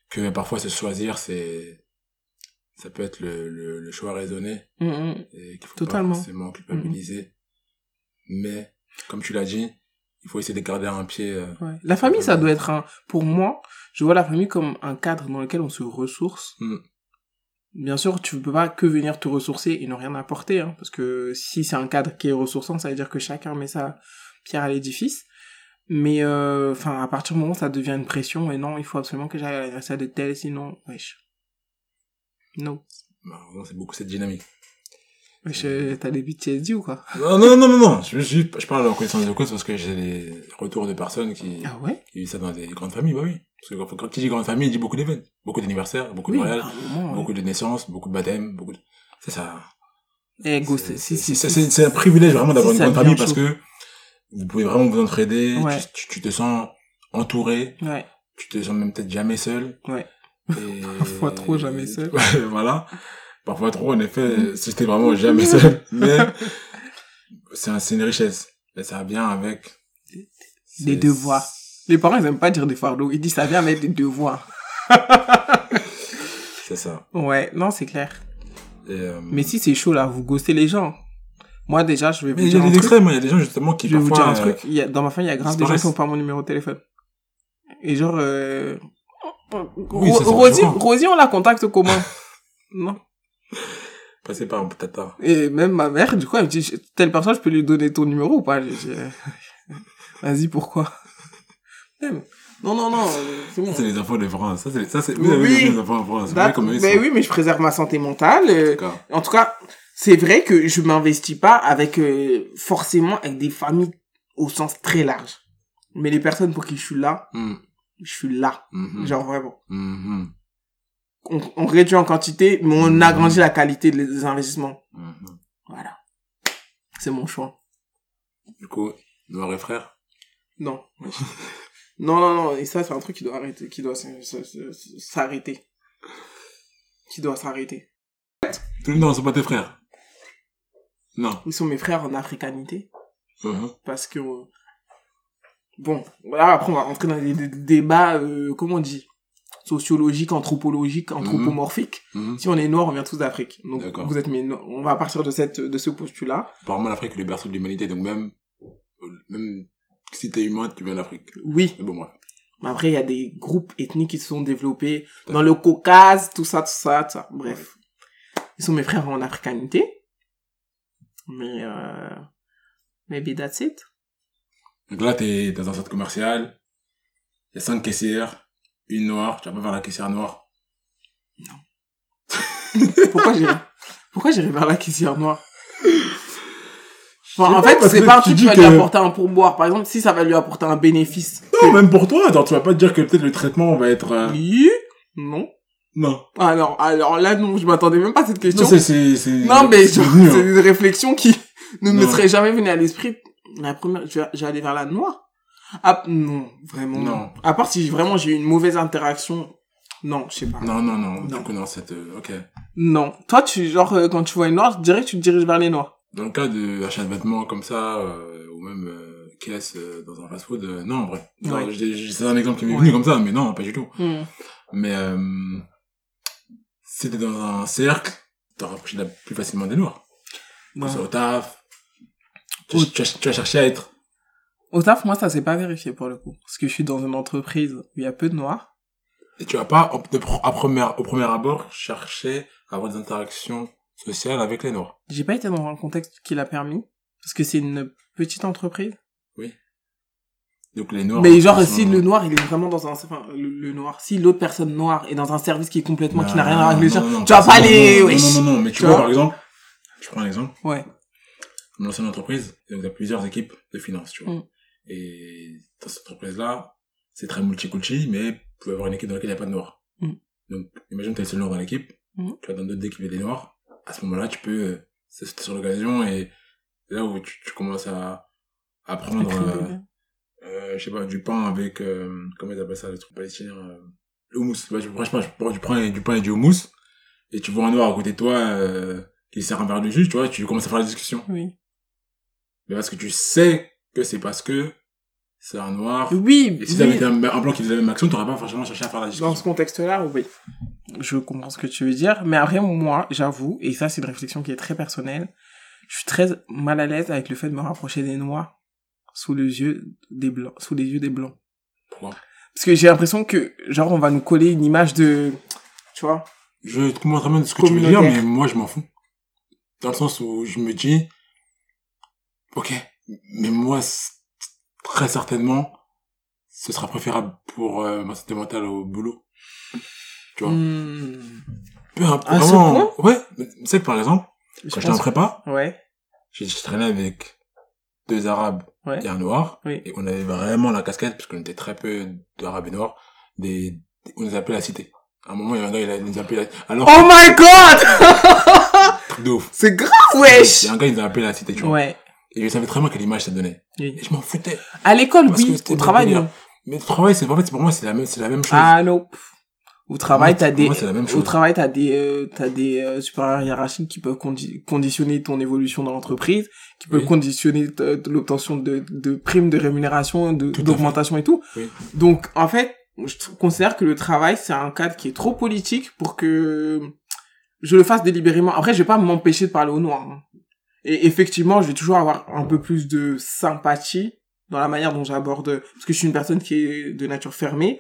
Que parfois se choisir, c'est, ça peut être le, le, le choix raisonné
Hum, hum.
et qu'il faut
Totalement.
pas forcément culpabiliser. Mais, comme tu l'as dit, il faut essayer de garder un pied, euh,
Ouais. La famille, ça doit être un. Pour moi, je vois la famille comme un cadre dans lequel on se ressource.
Mm.
Bien sûr, tu ne peux pas que venir te ressourcer et ne rien apporter, hein, parce que si c'est un cadre qui est ressourçant, ça veut dire que chacun met sa pierre à l'édifice. Mais euh, enfin, à partir du moment où ça devient une pression, et non, il faut absolument que j'aille à l'anniversaire de tel, sinon, wesh. Non.
malheureusement, bah, c'est beaucoup cette dynamique.
Wesh, euh, t'as des PTSD ou quoi
Ah. Non, non, non, non, non, je, je, je parle en connaissance de cause parce que j'ai des retours de personnes qui,
Ah ouais
qui vivent ça dans des grandes familles, bah oui. Parce que quand, quand tu dis grande famille, il dit beaucoup d'événements, beaucoup d'anniversaires, beaucoup
Oui,
de
à
mariages.
un moment, ouais.
beaucoup de naissances, beaucoup de baptêmes, beaucoup de... C'est ça.
Eh, go,
C'est-
c'est- si,
c'est-
si,
c'est-
si.
C'est c'est un privilège vraiment d'avoir une
si ça
grande famille parce
devient
que vous pouvez vraiment vous entraider, tu-
Ouais.
tu, tu te sens entouré,
Ouais.
tu te sens même peut-être jamais seul.
Ouais.
Et-
Parfois trop jamais seul. Mm-hmm.
Ouais, voilà. Parfois trop, en effet, si j'étais vraiment jamais seul. Mais c'est un- c'est une richesse. Et ça vient avec...
Des
c'est-
devoirs. Les parents, ils aiment pas dire des fardeaux. Ils disent ça vient avec des devoirs.
C'est ça.
Ouais, non, c'est clair.
Et, euh,
Mais si c'est chaud, là, vous ghostez les gens. Moi, déjà, je vais vous
mais il y
dire
a
un
des
truc.
extrêmes, hein. il y a des gens justement qui
Je vais vous
parfois,
dire un
euh,
truc. Il y a- dans ma famille, il y a grave des gens
disparaissent.
qui ont pas mon numéro de téléphone. Et genre, euh...
Oui, ça,
Ro-
c'est
Rosie,
choquant.
Rosie, on la contacte comment? non.
passer par un tata.
Et même ma mère, du coup, elle me dit, telle personne, je peux lui donner ton numéro ou pas? J'ai dit, euh, vas-y, pourquoi? Même. Non, non, non, euh, c'est bon.
Ça, c'est les enfants de France. Ça, c'est, ça, c'est,
Oui.
vous avez les enfants de France. Vous voyez
D'accord.
comme ils
Mais
sont.
oui, mais je préserve ma santé mentale. euh,
D'accord.
En tout cas, c'est vrai que je m'investis pas avec euh, forcément avec des familles au sens très large. Mais les personnes pour qui je suis là,
Hum,
je suis là.
hum, hum,
Genre vraiment.
hum,
On, on réduit en quantité, mais on
Mhm.
agrandit la qualité des investissements.
hum, hum.
Voilà. C'est mon choix.
Du coup, noir et frère.
Non. non, non, non. Et ça, c'est un truc qui doit arrêter, qui doit s- s- s- s'arrêter. Qui doit s'arrêter.
Tout le monde, sont pas tes frères. Non.
Ils sont mes frères en africanité.
Hum,
parce que euh, bon voilà après on va rentrer dans des, des- des débats euh, comment on dit sociologiques anthropologiques anthropomorphiques
hum, hum.
si on est noir on vient tous d'Afrique donc
D'accord.
vous êtes mais on va partir de cette de ce postulat
Apparemment, l'Afrique est le berceau de l'humanité. Donc, même, euh, même si t'es humain, tu viens d'Afrique.
oui
Mais bon, bref.
mais après il y a des groupes ethniques qui se sont développés dans le Caucase tout ça tout ça, tout ça. bref ils sont mes frères en africanité mais euh, maybe that's it
Donc là, t'es dans un centre commercial. Il y a cinq caissières. Une noire. Tu vas pas vers la caissière noire.
Pourquoi j'irai Pourquoi j'irai vers la caissière noire Bon,
sais
en
pas,
fait,
parce
c'est
que
pas un
tu
truc
dis
qui va
que-
lui apporter un pourboire. Par exemple, si ça va lui apporter un bénéfice.
Non, même pour toi. Attends, tu vas pas te dire que peut-être le traitement va être, euh,
Oui Non.
non.
Alors, alors là, non, je m'attendais même pas à cette question.
Non,
Non,
c'est, c'est, c'est-
mais genre,
venu, hein.
c'est une réflexion qui ne me
Non.
serait jamais venue à l'esprit. La première, je vais- je vais aller vers la noire. Ah, non, vraiment.
Non.
Non. À part si vraiment j'ai eu une mauvaise interaction. Non, je sais pas.
Non, non, non.
Non.
Du coup, non, c'est, euh, ok.
Non. Toi, tu, genre, euh, quand tu vois une noire, je dirais que tu te diriges vers les noirs.
Dans le cas de achat de vêtements comme ça, euh, ou même euh, caisse euh, dans un fast-food, euh, non, en vrai. Non,
Ouais.
j'ai- j'ai- C'est un exemple qui m'est
Ouais.
venu comme ça, mais non, pas du tout.
Hmm.
Mais euh, si t'es dans un cercle, t'en rapproches la- plus facilement des noirs.
Ouais.
Quand c'est au taf, tu,
Au-
tu, vas- tu vas chercher à être...
Au taf, moi, ça s'est pas vérifié pour le coup. Parce que je suis dans une entreprise où il y a peu de noirs.
Et tu vas pas, au, de pr- à première, au premier abord, chercher à avoir des interactions sociales avec les noirs.
J'ai pas été dans un contexte qui l'a permis. Parce que c'est une petite entreprise.
Donc les noirs...
mais genre,
ils
si
sont-
le noir, il est vraiment dans un, enfin, le, le noir. Si l'autre personne noire est dans un service qui est complètement, qui n'a rien à voir avec les
Non, non,
gens,
non,
tu vas pas
non,
aller,
non,
wesh.
Non, non, non, mais tu
Tu
vois, par
vois
exemple, je prends un exemple.
Ouais.
dans une entreprise, et donc t'as plusieurs équipes de finance, tu vois.
Mm.
Et dans cette entreprise-là, c'est très multiculti, mais vous pouvez avoir une équipe dans laquelle il n'y a pas de noirs.
Mm.
Donc, imagine que t'es le seul noir dans l'équipe,
Mm.
tu vas dans d'autres équipes, il y a des noirs. À ce moment-là, tu peux, euh, c'est c'est sur l'occasion, et c'est là où tu, tu commences à, à prendre, euh, euh, je sais pas, du pain avec, euh, comment ils appellent ça, le truc palestinien, euh, le houmous. Ouais, tu, prends- je sais pas, tu prends du pain et du, pain et du houmous, et tu vois un noir à côté de toi, euh, qui sert un verre de jus, tu vois, tu commences à faire la discussion.
Oui.
Mais parce que tu sais que c'est parce que c'est un noir.
Oui,
Et si t'avais
oui.
été un, un blanc qui faisait la même action, t'aurais pas forcément cherché à faire la discussion.
Dans ce contexte-là, oui. Je comprends ce que tu veux dire. Mais après, moi, j'avoue, et ça, c'est une réflexion qui est très personnelle, je suis très mal à l'aise avec le fait de me rapprocher des noirs sous les yeux des blancs. Sous les yeux des blancs.
Pourquoi
Parce que j'ai l'impression que, genre, on va nous coller une image de... Tu vois
Je comprends très bien ce que tu veux dire,
Communautaire.
mais moi, je m'en fous. Dans le sens où je me dis, ok, mais moi, c- très certainement, ce sera préférable pour euh, ma santé mentale au boulot. Tu vois
Hmm,
Peu importe.
À ce
vraiment, Ouais, mais tu sais, par exemple,
je
quand j'étais en
pense-
prépa,
Ouais.
j'ai j'ai traîné avec deux arabes
Ouais.
et un noir,
Oui.
et on avait vraiment la casquette, parce qu'on était très peu d'arabes et noirs, des... on nous appelait la cité. À un moment, il y en a, il a- il nous appelait la... Alors,
Oh my god
truc de ouf.
C'est grave, wesh
Il y a un gars, il nous a appelé la cité, tu vois.
Ouais.
Et je savais très bien quelle image ça donnait.
Oui.
Et je m'en foutais.
À l'école,
Parce que
oui.
c'était
Au
mon
travail,
délire.
non.
Mais le travail, c'est en fait, c'est pour moi, c'est la même, c'est la même chose.
Ah, non. Au travail,
Pour moi,
t'as des...
Pour moi, c'est la même
Au
chose.
travail, t'as des, euh, t'as des euh, supérieurs hiérarchiques qui peuvent condi- conditionner ton évolution dans l'entreprise, qui peuvent
Oui.
conditionner t- euh, t- l'obtention de, de primes, de rémunération, de-
Tout à
d'augmentation et tout.
Oui.
Donc, en fait, je t- considère que le travail, c'est un cadre qui est trop politique pour que je le fasse délibérément. Après, je vais pas m'empêcher de parler au noir. hein. Et effectivement, je vais toujours avoir un peu plus de sympathie dans la manière dont j'aborde, parce que je suis une personne qui est de nature fermée,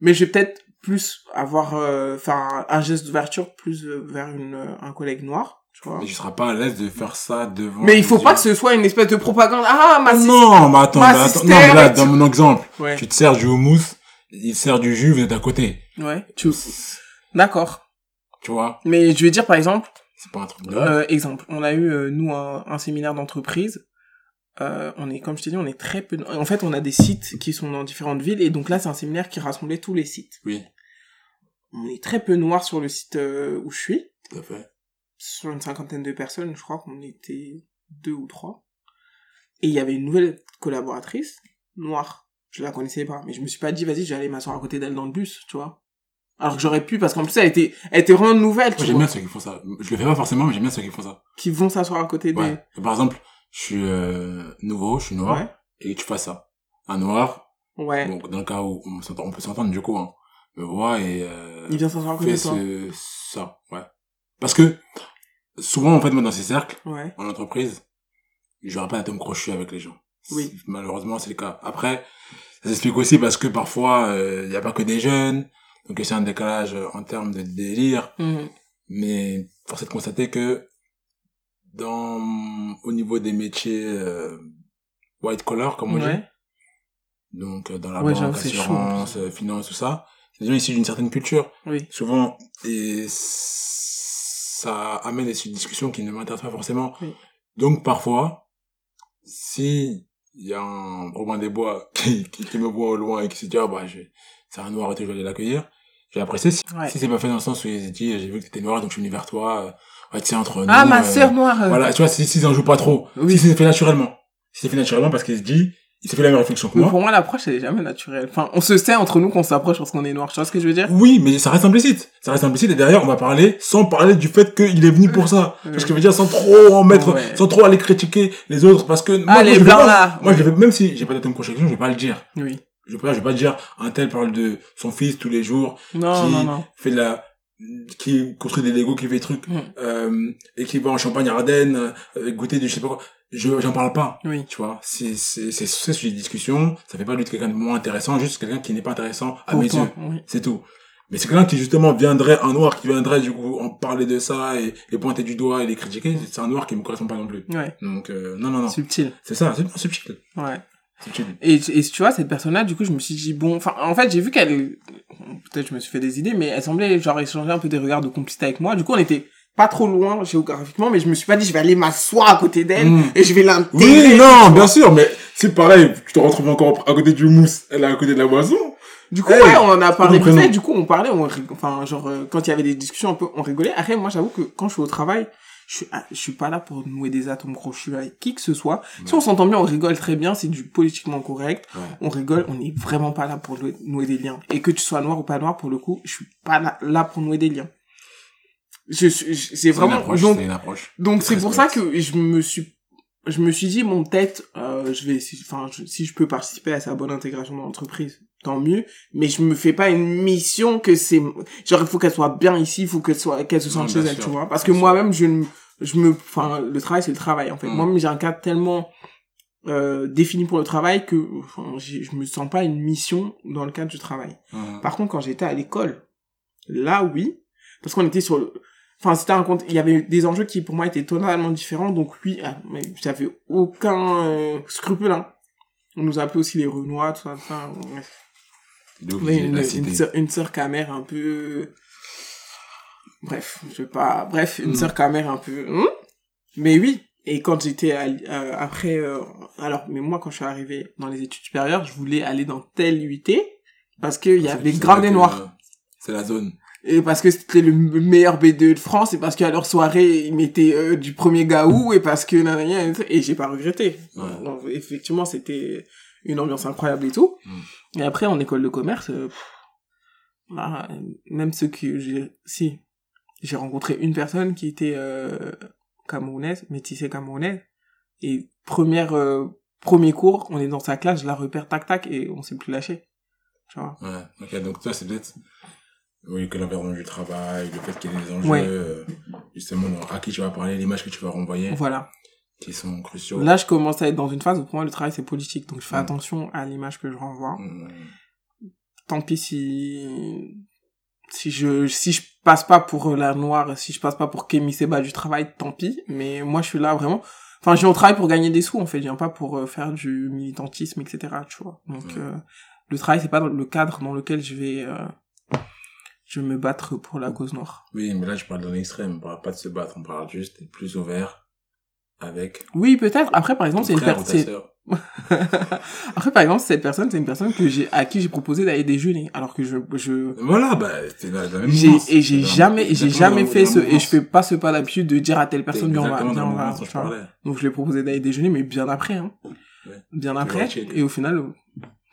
mais je vais peut-être plus avoir, euh, faire un, un geste d'ouverture plus euh, vers une, euh, un collègue noir, tu vois.
Mais je serais pas à l'aise de faire ça devant.
Mais il faut
les
pas
yeux.
que ce soit une espèce de propagande. Ah, ma
Ah
sis-
non, mais attends,
ma
mais attends.
sister
Non, mais là,
et
dans mon exemple,
Ouais,
tu te sers du houmous, il te sert du jus, vous êtes à côté.
ouais, tu... D'accord.
Tu vois?
Mais je vais dire, par exemple,
C'est pas un truc de
euh, exemple, on a eu, euh, nous, un, un séminaire d'entreprise. Euh, on est, comme je t'ai dit, on est très peu... En fait, on a des sites qui sont dans différentes villes, et donc là, c'est un séminaire qui rassemblait tous les sites.
Oui,
On est très peu noirs sur le site euh, où je suis.
tout à fait.
sur une cinquantaine de personnes, je crois qu'on était deux ou trois. Et il y avait une nouvelle collaboratrice, noire. Je la connaissais pas, mais je me suis pas dit, vas-y, je vais aller m'asseoir à côté d'elle dans le bus, tu vois. Alors que j'aurais pu, parce qu'en plus, elle était, elle était vraiment nouvelle, tu
Moi, j'aime
vois.
bien ceux qui font ça. Je le fais pas forcément, mais j'aime bien ceux qui font ça.
Qui vont s'asseoir à côté d'elle.
Ouais. Par exemple, je suis, euh, nouveau, je suis noir,
Ouais.
et tu fais ça. Un noir,
Ouais.
Donc, dans le cas où on, s'entend- on peut s'entendre, du coup, hein, me voit et euh,
Il vient s'asseoir à côté
fait
de toi.
ce, ça, ouais. Parce que, souvent, en fait, moi, dans ces cercles,
Ouais.
en entreprise, j'aurais pas un thème crochu avec les gens.
Oui.
C'est- Malheureusement, c'est le cas. Après, ça s'explique aussi parce que parfois, il euh, n'y a pas que des jeunes, donc c'est un décalage euh, en termes de délire,
Mhm.
mais force est de constater que dans, au niveau des métiers euh, white collar, comme on dit,
Ouais.
donc euh, dans la
Ouais, j'avoue,
banque,
c'est chaud,
assurance, euh, finance, tout ça. C'est des gens issus d'une certaine culture,
Oui.
souvent, et ça amène des discussions qui ne m'intéressent pas forcément.
Oui.
Donc parfois, si il y a un Robin des Bois qui, qui, qui me voit au loin et qui se dit, ah bah, je- c'est un noir et tout, je vais aller l'accueillir, j'ai apprécié. Si,
Ouais.
si c'est pas fait dans le sens où il se dit, j'ai vu que t'étais noir, donc je suis venu vers toi, euh, ouais, tu sais, entre nous.
Ah, ma
euh,
sœur noire. euh,
Voilà, tu vois, si, si en joue pas trop,
Oui.
si c'est fait naturellement. Si c'est fait naturellement parce qu'il se dit, il s'est fait la même réflexion que
Mais
moi.
pour moi, l'approche, elle est jamais naturelle. Enfin, on se sait entre nous qu'on s'approche parce qu'on est noir. Tu vois ce que je veux dire?
Oui, mais ça reste implicite. Ça reste implicite et derrière, on va parler sans parler du fait qu'il est venu pour ça.
Euh,
Parce que je veux dire, sans trop en mettre,
Ouais.
sans trop aller critiquer les autres parce que.
Ah, les
je vais
blancs,
pas-
là.
Moi, je vais, même si j'ai pas d'atome projection, je vais pas le dire.
Oui.
Je vais pas, je vais pas dire, un tel parle de son fils tous les jours,
Non,
Qui-
non, non.
fait de la, qui construit des Legos, qui fait des trucs,
Mm.
euh, et qui va en Champagne Ardennes, euh, goûter du je sais pas quoi. Je, j'en parle pas.
Oui.
Tu vois, c'est, c'est, c'est, c'est sujet de discussion. Ça fait pas de lui quelqu'un de moins intéressant, juste quelqu'un qui n'est pas intéressant à
Pour
Ah, mes
toi,
yeux
oui.
c'est tout. Mais c'est quelqu'un qui justement viendrait, un noir qui viendrait du coup en parler de ça et les pointer du doigt et les critiquer,
Hmm.
c'est un noir qui me correspond pas non plus.
Ouais.
Donc euh, non non non,
Ah. Subtil.
c'est ça, c'est c'est subtil,
Ouais.
subtil.
Et, et tu vois, cette personne-là, du coup, je me suis dit, bon, enfin, en fait, j'ai vu qu'elle, peut-être je me suis fait des idées, mais elle semblait, genre, échanger un peu des regards de complicité avec moi. Du coup, on était pas trop loin géographiquement, mais je me suis pas dit, je vais aller m'asseoir à côté d'elle
Mm.
et je vais
Oui
l'intégrer.
non bien sûr, mais c'est pareil, tu te retrouves encore à côté du mousse, elle est à côté de la boisson. Eh
Du coup,
Hey,
ouais, on en a parlé
ton
vite fait,
prénom.
du coup, on parlait, on rig- enfin, genre, euh, quand il y avait des discussions un peu, on rigolait. Après, moi, j'avoue que quand je suis au travail, je suis, ah, je suis pas là pour nouer des atomes crochus avec qui que ce soit. Si on s'entend bien, on rigole très bien, c'est du politiquement correct.
Ouais.
On rigole, on n'est vraiment pas là pour nouer- nouer des liens. Et que tu sois noir ou pas noir, pour le coup, je suis pas là, là pour nouer des liens. Je, suis- je- c'est
C'est une
vraiment,
approche,
donc,
c'est une approche.
donc c'est
Très
pour ça
correct.
que je me suis je me suis dit, bon, peut-être, euh, je vais, si, enfin, je- si je peux participer à sa bonne intégration dans l'entreprise, tant mieux. Mais je me fais pas une mission que c'est, genre, il faut qu'elle soit bien ici, il faut qu'elle soit, qu'elle se
Non,
sente chez
bien
elle,
sûr,
tu vois. Parce que
bien sûr.
moi-même, je, ne- je me, enfin, le travail, c'est le travail, en fait.
Mm.
Moi-même, j'ai un cadre tellement, euh, défini pour le travail que, enfin, j'ai- je me sens pas une mission dans le cadre du travail.
Mhm.
Par contre, quand j'étais à l'école, là, oui, parce qu'on était sur le... Enfin, c'était un compte... Il y avait des enjeux qui, pour moi, étaient totalement différents. Donc, oui, ah, mais j'avais aucun euh, scrupule. hein. On nous appelait aussi les Renois, tout ça, tout ça. ouais.
Il est
On avait
obligé de
une,
la
une,
citer.
sœur, une sœur camère un peu... Bref, je sais pas... Bref, une
Mm.
sœur camère un peu... Hum mais oui et quand j'étais à l- euh, après... euh, alors, mais moi, quand je suis arrivé dans les études supérieures, je voulais aller dans telle UIT parce qu'il y
C'est-
avait
c'est
grave
là
des
que,
Noirs.
euh, C'est la zone.
Et parce que c'était le m- meilleur B2 de France, et parce qu'à leur soirée, ils mettaient euh, du premier gaou, et parce que... nanana, Et j'ai pas regretté.
Ouais.
Donc, effectivement, c'était une ambiance incroyable et tout. Et après, en école de commerce, euh, pff, bah, euh, même ceux que j'ai... Si, j'ai rencontré une personne qui était euh, camerounaise, métissée camerounaise, et première, euh, premier cours, on est dans sa classe, je la repère tac-tac, et on s'est plus lâché. Tu vois
Ouais. Ok, donc toi, c'est peut-être. Oui, que l'environnement du travail, le fait qu'il y ait des enjeux,
Ouais.
euh, justement, dans- à qui tu vas parler, l'image que tu vas renvoyer,
Voilà.
qui sont cruciaux.
Là, je commence à être dans une phase où pour moi le travail c'est politique, donc je fais
Mm.
attention à l'image que je renvoie.
Mhm.
Tant pis si si je si je passe pas pour la noire, si je passe pas pour Kémy Seba du travail, tant pis. Mais moi, je suis là vraiment. Enfin, je viens au travail pour gagner des sous. En fait, je viens pas pour euh, faire du militantisme, etc. Tu vois. Donc,
Mm.
euh, le travail c'est pas dans le cadre dans lequel je vais euh, je vais me battre pour la cause noire.
Oui, mais là, je parle d'un extrême. On parle pas de se battre, on parle juste d'être plus ouvert avec
Oui, peut-être. Après, par exemple,
ton
c'est une
frère
per-
ou ta
c'est-
sœur.
Après, par exemple, cette personne, c'est une personne que j'ai, à qui j'ai proposé d'aller déjeuner, alors que je, je,
Voilà, bah, c'est la, la même
j'ai,
mouvance.
et j'ai
C'est la-
jamais, et j'ai
exactement
jamais
la-
fait
la
ce, et
mouvance.
je fais pas ce pas d'habitude de dire à telle personne, viens, on va,
Exactement dans
viens,
le
on va,
mouvement dont je
tu vois.
parlais.
Donc, je lui ai proposé d'aller déjeuner, mais bien après, hein.
Ouais.
Bien après.
chill.
Et au final, euh,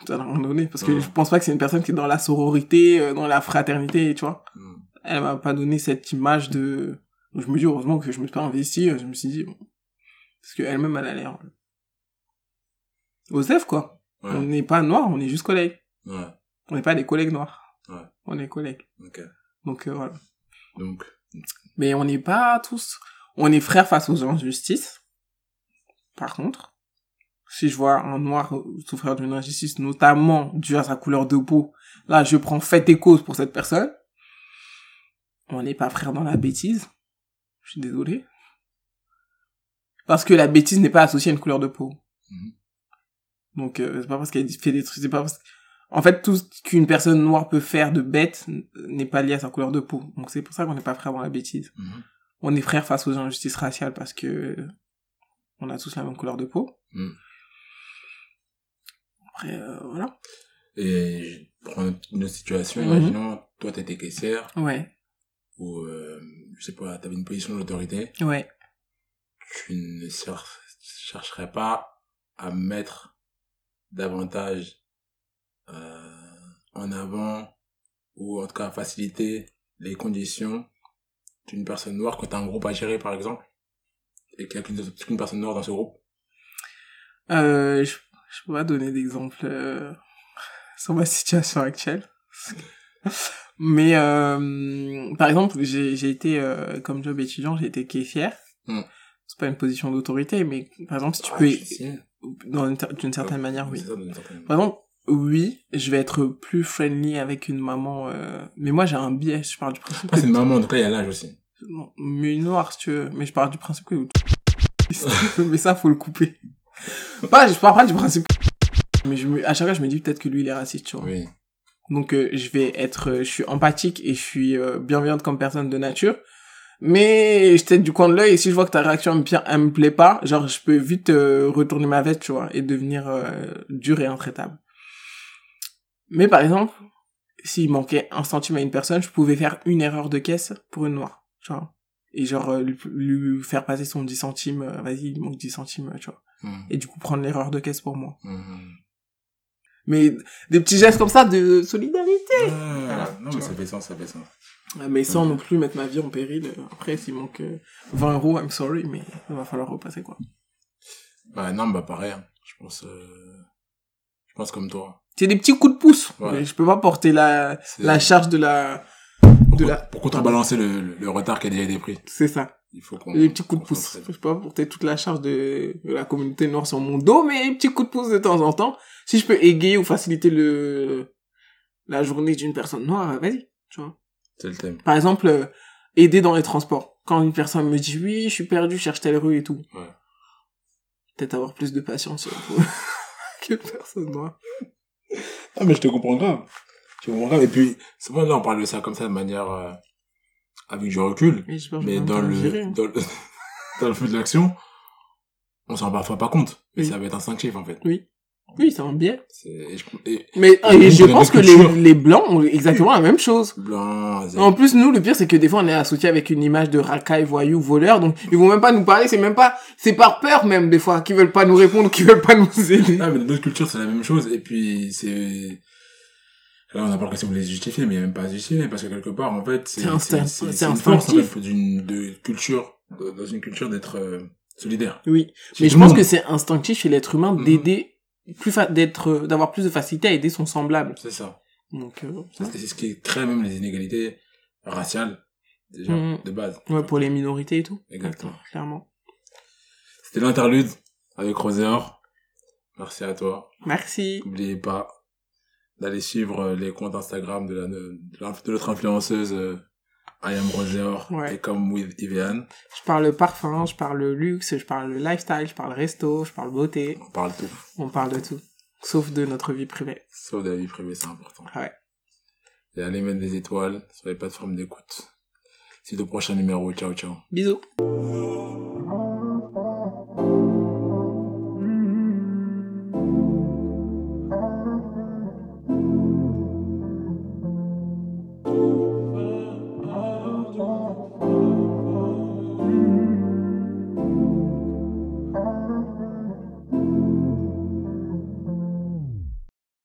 ça n'a rien donné, parce que
Ouais.
je pense pas que c'est une personne qui est dans la sororité, euh, dans la fraternité, tu vois.
Mm.
Elle m'a pas donné cette image de, je me dis, heureusement que je me suis pas investi, euh, je me suis dit, bon. Parce qu'elle-même, elle a l'air, Osef, quoi. On
Ouais,
n'est pas noir, on est juste collègues.
ouais,
On n'est pas des collègues noirs.
Ouais.
On est collègues.
ok.
Donc euh, voilà.
Donc,
Mais on n'est pas tous. On est frères face aux injustices. Par contre, si je vois un noir souffrir d'une injustice, notamment due à sa couleur de peau, là je prends fait et cause pour cette personne. On n'est pas frères dans la bêtise. Je suis désolé. Parce que la bêtise n'est pas associée à une couleur de peau.
Mhm.
Donc euh, c'est pas parce qu'elle fait des trucs, c'est pas parce en fait, tout ce qu'une personne noire peut faire de bête n'est pas lié à sa couleur de peau. Donc c'est pour ça qu'on n'est pas frères dans la bêtise.
Mhm.
On est frères face aux injustices raciales parce que on a tous la même couleur de peau.
Mhm.
Après, euh, voilà.
et je prends une autre situation,
Mhm.
imaginons, toi, t'étais caissière,
Ouais,
ou, euh, je sais pas, t'avais une position d'autorité,
ouais.
tu ne cher- chercherais pas à mettre davantage euh, en avant ou en tout cas à faciliter les conditions d'une personne noire quand t'as un groupe à gérer par exemple et qu'il n'y a qu'une qu'une personne noire dans ce groupe
Euh, je, je peux pas donner d'exemple euh, sur ma situation actuelle. Mais euh, par exemple, j'ai j'ai été, euh, comme job étudiant, j'ai été caissière.
Mhm.
C'est pas une position d'autorité, mais par exemple, si tu
Ah,
peux
difficile.
dans une cer- d'une certaine
Ouais,
manière oui
c'est ça, d'une certaine
par exemple oui je vais être plus friendly avec une maman euh, mais moi j'ai un biais je parle du principe
Ah,
que
c'est une maman donc là il y a l'âge aussi
non, mais noir si tu veux mais je parle du principe que mais ça faut le couper pas je parle pas du principe que... mais je me, à chaque fois je me dis peut-être que lui il est raciste tu vois
oui
donc euh, je vais être, euh, je suis empathique et je suis euh, bienveillante comme personne de nature. Mais je t'aide du coin de l'œil et si je vois que ta réaction elle me, pia- elle me plaît pas, genre je peux vite euh, retourner ma veste, tu vois, et devenir euh, dur et intraitable. Mais par exemple, s'il manquait un centime à une personne, je pouvais faire une erreur de caisse pour une noire, tu vois. Et genre euh, lui, lui faire passer son 10 centimes, euh, vas-y, il manque 10 centimes, euh, tu vois.
Mhm.
Et du coup prendre l'erreur de caisse pour moi.
Mhm.
Mais des petits gestes comme ça de solidarité.
Ah, non
Tu
mais
vois.
ça fait sens ça fait sens
Ah, Mais sans non plus mettre ma vie en péril. euh, Après, s'il manque euh, 20 euros, I'm sorry, mais il va falloir repasser quoi.
Bah non, bah pareil. hein. Je pense, euh, je pense comme toi.
C'est des petits coups de pouce.
Ouais.
Mais je peux pas porter la,
C'est-
la charge de la.
Pour,
de
co-
la-
pour contrebalancer le, le- le retard qui a déjà été pris.
C'est ça.
Il faut qu'on.
Des petits coups
qu'on
de pouce. Je
s'entraide.
peux pas porter toute la charge de, de la communauté noire sur mon dos, mais des petits coups de pouce de temps en temps. Si je peux égayer ou faciliter le la journée d'une personne noire, vas-y. Tu vois.
C'est le thème.
Par exemple, euh, aider dans les transports. Quand une personne me dit oui, je suis perdu, je cherche telle rue et tout.
Ouais.
Peut-être avoir plus de patience euh, pour- qu'une personne noire.
Ah, mais je te comprends grave. Je te comprends grave. Et puis, souvent, là, on parle de ça comme ça, de manière, euh, avec du recul.
Mais j'espère que je
Mais
vais
dans
pas me virer,
le,
hein.
dans le, dans le feu de l'action, on s'en rend parfois pas compte. Mais
Oui.
ça va être instinctif, en fait.
Oui, c'est un biais.
C'est, et je, et
Mais
Et
et
donc,
je
Ah, dans la
pense que
culture.
les, les blancs ont exactement la même chose.
blanc, zé-
En plus, nous, le pire, c'est que des fois, on est associé avec une image de racaille, voyou, voleur. Donc, ils vont même pas nous parler. C'est même pas, c'est par peur même, des fois, qu'ils veulent pas nous répondre, qu'ils veulent pas nous aider.
Ah, mais dans d'autres cultures, c'est la même chose. Et puis, c'est. Là, on n'a pas la question de les justifier, mais il n'y a même pas à se justifier, parce que quelque part, en fait, c'est
C'est un- c'est un-
c'est-
c'est
c'est une force
instinctif.
en fait, d'une de culture, de- dans une culture d'être euh, solidaire.
Oui.
Chez
Mais
tout
je
le
pense
monde.
que c'est instinctif chez l'être humain
Mhm.
d'aider, plus fa- d'être, euh, d'avoir plus de facilité à aider son semblable.
C'est ça.
Donc, euh,
Parce que c'est ce qui crée même les inégalités raciales, déjà,
Mhm.
de base.
ouais, pour les minorités et tout.
Exactement.
Clairement.
C'était l'interlude avec Roséor. Merci à toi.
Merci.
N'oubliez pas d'aller suivre euh, les comptes Instagram de, la, de, l'inf- de notre influenceuse euh, I am Roséor
Ouais.
et comme with Ivian.
Je parle parfum, je parle luxe, je parle lifestyle, je parle resto, je parle beauté.
On parle tout.
On parle de tout. Sauf de notre vie privée. Ah
Sauf de la vie privée, c'est important.
Ouais.
Et allez mettre des étoiles sur les plateformes d'écoute. C'est au prochain numéro. Ciao, ciao.
Bisous.
Thank